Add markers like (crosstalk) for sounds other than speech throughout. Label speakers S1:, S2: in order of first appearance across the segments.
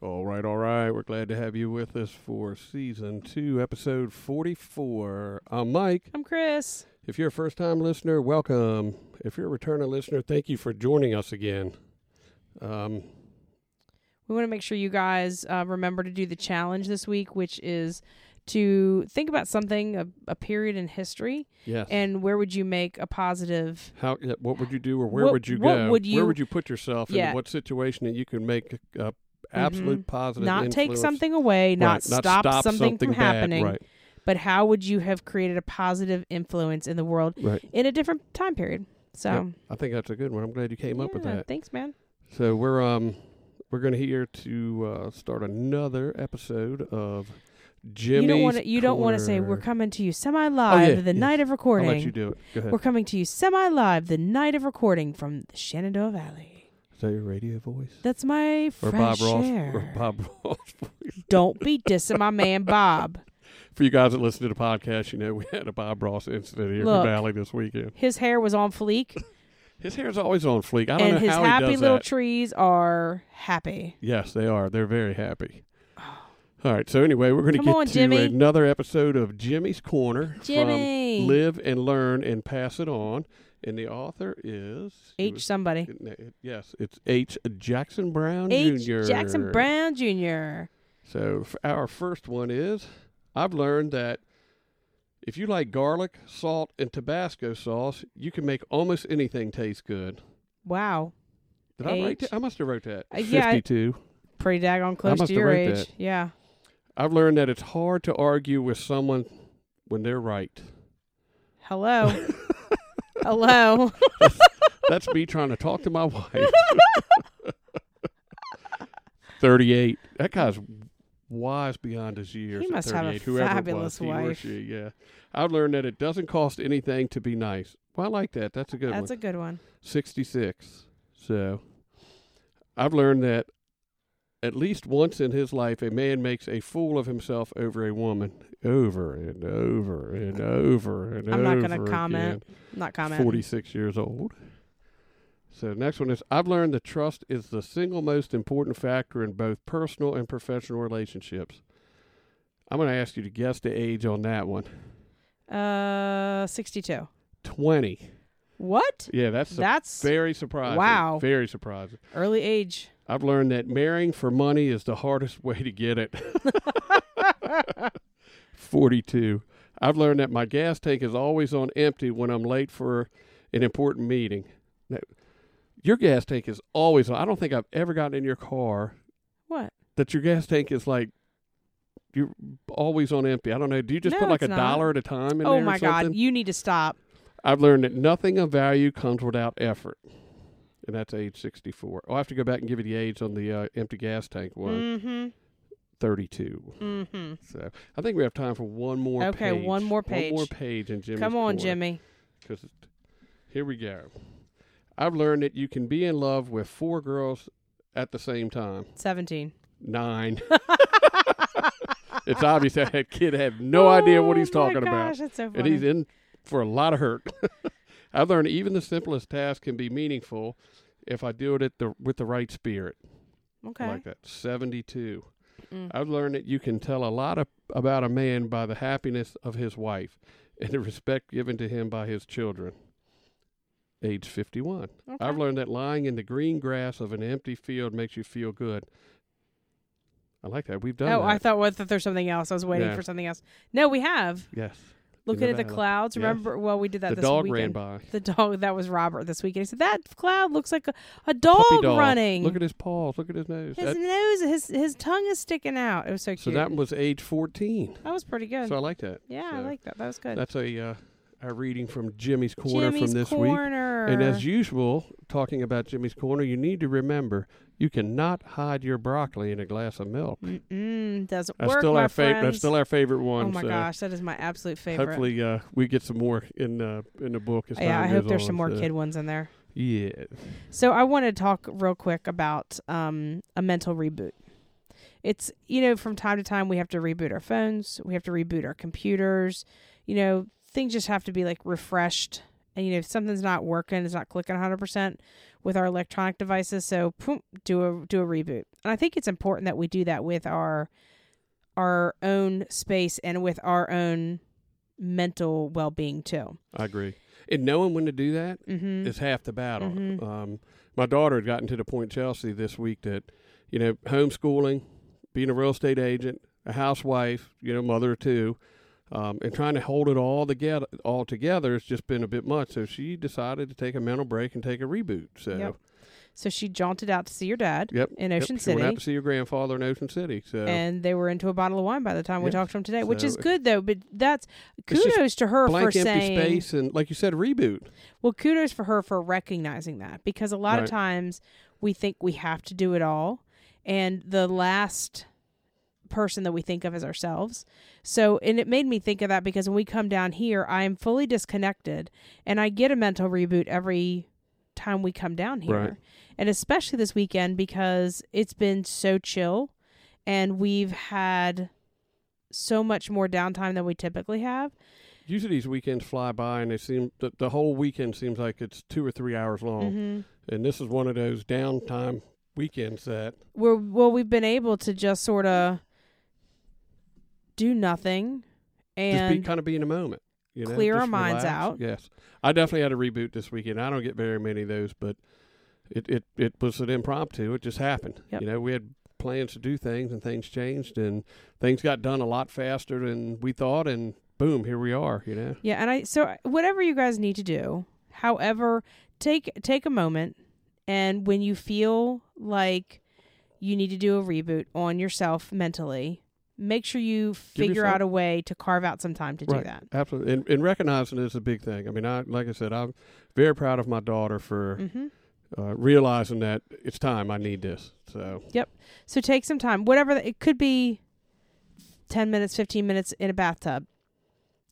S1: All right, all right. We're glad to have you with us for season two, episode 44. I'm Mike.
S2: I'm Chris.
S1: If you're a first time listener, welcome. If you're a returning listener, thank you for joining us again. Um,
S2: We want to make sure you guys uh, remember to do the challenge this week, which is to think about something, a, a period in history,
S1: yes.
S2: and where would you make a positive.
S1: How? yeah, What would you do, or where
S2: What-
S1: would you
S2: what
S1: go?
S2: would
S1: where
S2: you-
S1: would you put yourself?
S2: Yeah. Mm-hmm.
S1: In what situation that you can make a, a absolute positive?
S2: Not take
S1: influence?
S2: something away,
S1: Right,
S2: not, stop, something, from
S1: bad,
S2: happening,
S1: Right.
S2: but how would you have created a positive influence in the world
S1: Right.
S2: in a different time period? So,
S1: Yep. I think that's a good one. I'm glad you came up with
S2: yeah,
S1: that.
S2: Thanks, man.
S1: So we're um we're gonna here to uh, start another episode of Jimmy's.
S2: you don't want to. You don't want to say we're
S1: Corner."
S2: coming to you semi live
S1: Oh, yeah,
S2: the
S1: yeah.
S2: night of
S1: I'll
S2: recording.
S1: let you do it. Go ahead.
S2: We're coming to you semi live the night of recording from the Shenandoah Valley.
S1: Is that your radio voice?
S2: That's my
S1: Or
S2: fresh
S1: Bob Ross?
S2: air.
S1: Or Bob Ross?
S2: Don't be dissing my man Bob.
S1: For you guys that listen to the podcast, you know we had a Bob Ross incident here in
S2: Look.
S1: the valley this weekend.
S2: His hair was on fleek,
S1: His hair's always on fleek. I don't know
S2: and his
S1: how he
S2: happy
S1: does
S2: little
S1: that.
S2: trees are happy.
S1: yes, they are. They're very happy. All right. So anyway, we're going to
S2: Oh. Come
S1: get
S2: on,
S1: to
S2: Jimmy.
S1: another episode of Jimmy's Corner
S2: Jimmy.
S1: from Live and Learn and Pass It On, and the author is he
S2: H somebody.
S1: was- no, it- Yes, it's H Jackson Brown
S2: H.
S1: Jr.
S2: Jackson Brown Jr.
S1: So f- our first one is I've learned that if you like garlic, salt, and Tabasco sauce, you can make almost anything taste good.
S2: Wow,
S1: Did I write
S2: H.
S1: that? I must have wrote that.
S2: Uh, yeah, I-
S1: 52.
S2: pretty daggone close
S1: must
S2: to
S1: have
S2: your
S1: wrote
S2: age.
S1: that.
S2: Yeah.
S1: I've learned that it's hard to argue with someone when they're right. (laughs)
S2: Hello. Hello.
S1: That's me trying to talk to my
S2: (laughs)
S1: wife. 38. That guy's wise beyond his years.
S2: He
S1: at
S2: must have a
S1: 38, whoever it was,
S2: fabulous
S1: he or
S2: wife.
S1: she, yeah. I've learned that it doesn't cost anything to be nice. Well, I like that. That's a good
S2: That's
S1: one.
S2: a good one.
S1: 66. So I've learned that at least once in his life, a man makes a fool of himself over a woman over and over and over and
S2: I'm
S1: over.
S2: not gonna
S1: again.
S2: comment. Not comment.
S1: 46 years old. So, next one is I've learned that trust is the single most important factor in both personal and professional relationships. I'm going to ask you to guess the age on that one
S2: Uh, 62.
S1: 20.
S2: What?
S1: Yeah, that's su-
S2: That's
S1: very surprising.
S2: Wow.
S1: Very surprising.
S2: early age.
S1: I've learned that marrying for money is the hardest way to get it. 42. I've learned that my gas tank is always on empty when I'm late for an important meeting. Now, your gas tank is always on. I don't think I've ever gotten in your car
S2: What?
S1: that your gas tank is like you're always on empty. I don't know. Do you just
S2: No,
S1: put like
S2: it's
S1: a
S2: not.
S1: dollar at a time in there?
S2: Oh
S1: or
S2: my God!
S1: something?
S2: You need to stop.
S1: I've learned that nothing of value comes without effort. And that's age 64. I'll have to go back and give you the age on the uh, empty gas tank one.
S2: Mm-hmm.
S1: 32.
S2: Mm-hmm.
S1: So I think we have time for one more
S2: Okay,
S1: page.
S2: one more
S1: One more
S2: page.
S1: page in Jimmy's
S2: Come on,
S1: Corner,
S2: Jimmy.
S1: 'cause it- here we go. I've learned that you can be in love with four girls at the same time.
S2: Seventeen.
S1: Nine. (laughs) it's obvious
S2: (laughs)
S1: that that (laughs) kid had no idea what
S2: Oh
S1: he's talking
S2: my
S1: about.
S2: gosh, That's so
S1: and
S2: funny.
S1: he's in for a lot of hurt. (laughs) I've learned even the simplest task can be meaningful if I do it at the, with the right spirit. I
S2: okay.
S1: like that. 72.
S2: Mm.
S1: I've learned that you can tell a lot of, about a man by the happiness of his wife and the respect given to him by his children. Age 51.
S2: okay.
S1: I've learned that lying in the green grass of an empty field makes you feel good. I like that. We've
S2: Oh,
S1: done that.
S2: I thought well, I thought there's something else. I was waiting
S1: Yeah.
S2: for something else. No, we have.
S1: yes.
S2: Looking
S1: the
S2: at the
S1: valley.
S2: clouds.
S1: Yes.
S2: Remember? Well, we did that
S1: The
S2: this
S1: dog ran
S2: weekend.
S1: by.
S2: The dog that was Robert this weekend. He said that cloud looks like a, a dog,
S1: Puppy dog.
S2: running.
S1: Look at his paws. Look at his nose.
S2: his
S1: That-
S2: nose, his his tongue is sticking out. It was so cute.
S1: so that was age 14.
S2: That was pretty good.
S1: So I like that.
S2: yeah, I
S1: so
S2: like that. That was good.
S1: That's a uh, our reading from Jimmy's Corner
S2: Jimmy's
S1: from this week.
S2: Corner.
S1: And as usual, talking about Jimmy's Corner, you need to remember you cannot hide your broccoli in a glass of milk.
S2: Mm-mm, doesn't
S1: That's
S2: work,
S1: still
S2: my
S1: our favorite.
S2: friends.
S1: That's still our favorite one.
S2: oh my
S1: so
S2: gosh, that is my absolute favorite.
S1: Hopefully, uh, we get some more in uh, in the book. As
S2: yeah,
S1: time
S2: I hope
S1: goes
S2: there's
S1: on,
S2: some more
S1: so.
S2: kid ones in there.
S1: Yeah,
S2: So I want to talk real quick about um, a mental reboot. It's you know from time to time we have to reboot our phones, we have to reboot our computers. You know things just have to be like refreshed, and you know if something's not working, it's not clicking 100 percent with our electronic devices. So boom, do a do a reboot, and I think it's important that we do that with our our own space and with our own mental well being too.
S1: I agree. And knowing when to do that
S2: Mm-hmm.
S1: is half the battle.
S2: Mhm.
S1: Um, my daughter had gotten to the point, Chelsea, this week that, you know, homeschooling, being a real estate agent, a housewife, you know, mother of two, um, and trying to hold it all together, all together has just been a bit much. So she decided to take a mental break and take a reboot. So,
S2: Yep. So she jaunted out to see your dad
S1: yep.
S2: in
S1: yep,
S2: Ocean
S1: She went
S2: City.
S1: out to see her grandfather in Ocean City. So
S2: and they were into a bottle of wine by the time we
S1: Yeah.
S2: talked to them today, which is
S1: So-
S2: good though. But that's
S1: It's just
S2: kudos to her for
S1: blank empty
S2: saying.
S1: space and, like you said, a reboot.
S2: Well, kudos for her for recognizing that because a lot
S1: Right.
S2: of times we think we have to do it all, and the last person that we think of is ourselves. So, and it made me think of that because when we come down here, I am fully disconnected, and I get a mental reboot every time we come down here,
S1: Right.
S2: and especially this weekend because it's been so chill, and we've had so much more downtime than we typically have.
S1: Usually these weekends fly by, and they seem the, the whole weekend seems like it's two or three hours long.
S2: Mhm.
S1: and this is one of those downtime weekends that
S2: we're well we've been able to just sort of do nothing
S1: just be
S2: and
S1: kind of be in a moment. You know,
S2: Clear our
S1: just
S2: minds
S1: relax.
S2: out.
S1: Yes, I definitely had a reboot this weekend. I don't get very many of those, but it it, it was an impromptu. It just happened.
S2: Yep.
S1: You know, we had plans to do things, and things changed, and things got done a lot faster than we thought, and boom, here we are. You know,
S2: yeah and i so whatever you guys need to do however take take a moment and when you feel like you need to do a reboot on yourself mentally make sure you figure
S1: yourself-
S2: out a way to carve out some time to do
S1: Right.
S2: that
S1: absolutely. And, and recognizing it is a big thing. I mean, I like I said, I'm very proud of my daughter for
S2: mm-hmm.
S1: uh, realizing that it's time. I need this. So
S2: So take some time. Whatever the- it could be 10 minutes, 15 minutes in a bathtub.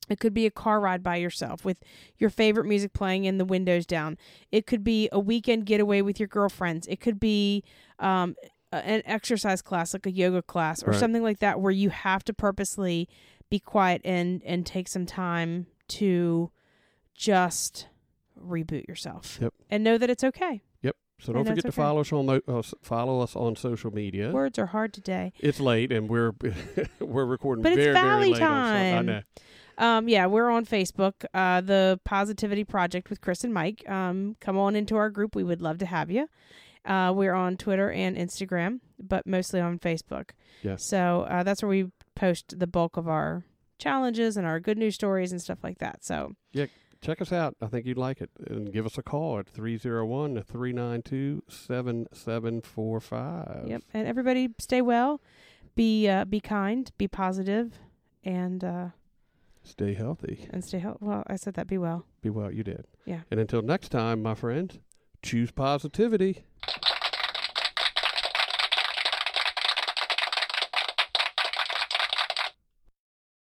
S2: It could be a car ride by yourself with your favorite music playing and the windows down. It could be a weekend getaway with your girlfriends. It could be um, a- an exercise class, like a yoga class or
S1: Right.
S2: something like that, where you have to purposely be quiet and, and take some time to just reboot yourself
S1: Yep.
S2: and know that it's okay.
S1: So don't
S2: And that's
S1: forget to
S2: okay.
S1: follow us on the- uh, s- follow us on social media.
S2: Words are hard today.
S1: it's late and we're (laughs) we're recording
S2: But it's
S1: very very
S2: Valley
S1: late. On,
S2: time.
S1: so- I know.
S2: Um, yeah, we're on Facebook, uh, the Positivity Project with Chris and Mike. Um, come on into our group. We would love to have you. Uh, we're on Twitter and Instagram, but mostly on Facebook.
S1: Yes.
S2: So uh, that's where we post the bulk of our challenges and our good news stories and stuff like that. So
S1: Check us out. I think you'd like it. And give us a call at 301 392 7745.
S2: yep. And everybody, stay well, be uh, be kind, be positive, and uh,
S1: Stay healthy.
S2: and stay healthy. Well, I said that. Be well.
S1: Be well. You did.
S2: Yeah.
S1: And until next time, my friends, choose positivity.